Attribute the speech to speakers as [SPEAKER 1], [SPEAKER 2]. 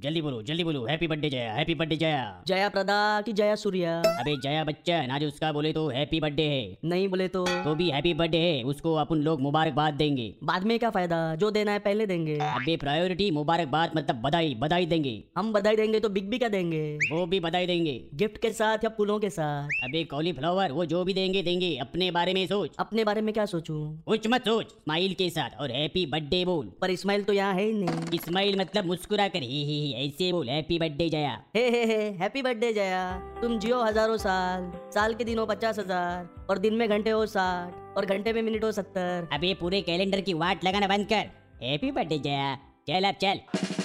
[SPEAKER 1] जल्दी बोलो जल्दी बोलो happy birthday Jaya happy birthday Jaya
[SPEAKER 2] Jaya Prada की जया सूर्या
[SPEAKER 1] अबे जया बच्चन आज उसका बोले तो हैप्पी बर्थडे है
[SPEAKER 2] नहीं बोले तो
[SPEAKER 1] तो भी हैप्पी बर्थडे है उसको अपन लोग मुबारकबाद देंगे
[SPEAKER 2] बाद में क्या फायदा जो देना है पहले देंगे
[SPEAKER 1] अबे प्रायोरिटी मुबारकबाद मतलब बधाई बधाई देंगे
[SPEAKER 2] हम बधाई देंगे तो बिग भी क्या देंगे
[SPEAKER 1] वो भी बधाई देंगे
[SPEAKER 2] गिफ्ट के साथ या फूलों के साथ
[SPEAKER 1] अबे कॉलीफ्लावर वो जो भी देंगे देंगे अपने बारे में सोच
[SPEAKER 2] अपने बारे में क्या सोचूं
[SPEAKER 1] कुछ मत सोच स्माइल के साथ और हैप्पी बर्थडे बोल
[SPEAKER 2] पर इस्माइल तो यहाँ है ही नहीं
[SPEAKER 1] स्माइल मतलब मुस्कुरा कर ही ही ही ऐसे बोल हैप्पी बर्थडे जया
[SPEAKER 2] हे हे हे हैप्पी बर्थडे जया तुम जियो हजारों साल साल के दिन हो पचास हजार और दिन में घंटे हो साठ और घंटे में मिनट हो सत्तर
[SPEAKER 1] अबे पूरे कैलेंडर की वाट लगाना बंद कर हैप्पी बर्थडे जया चल अब चल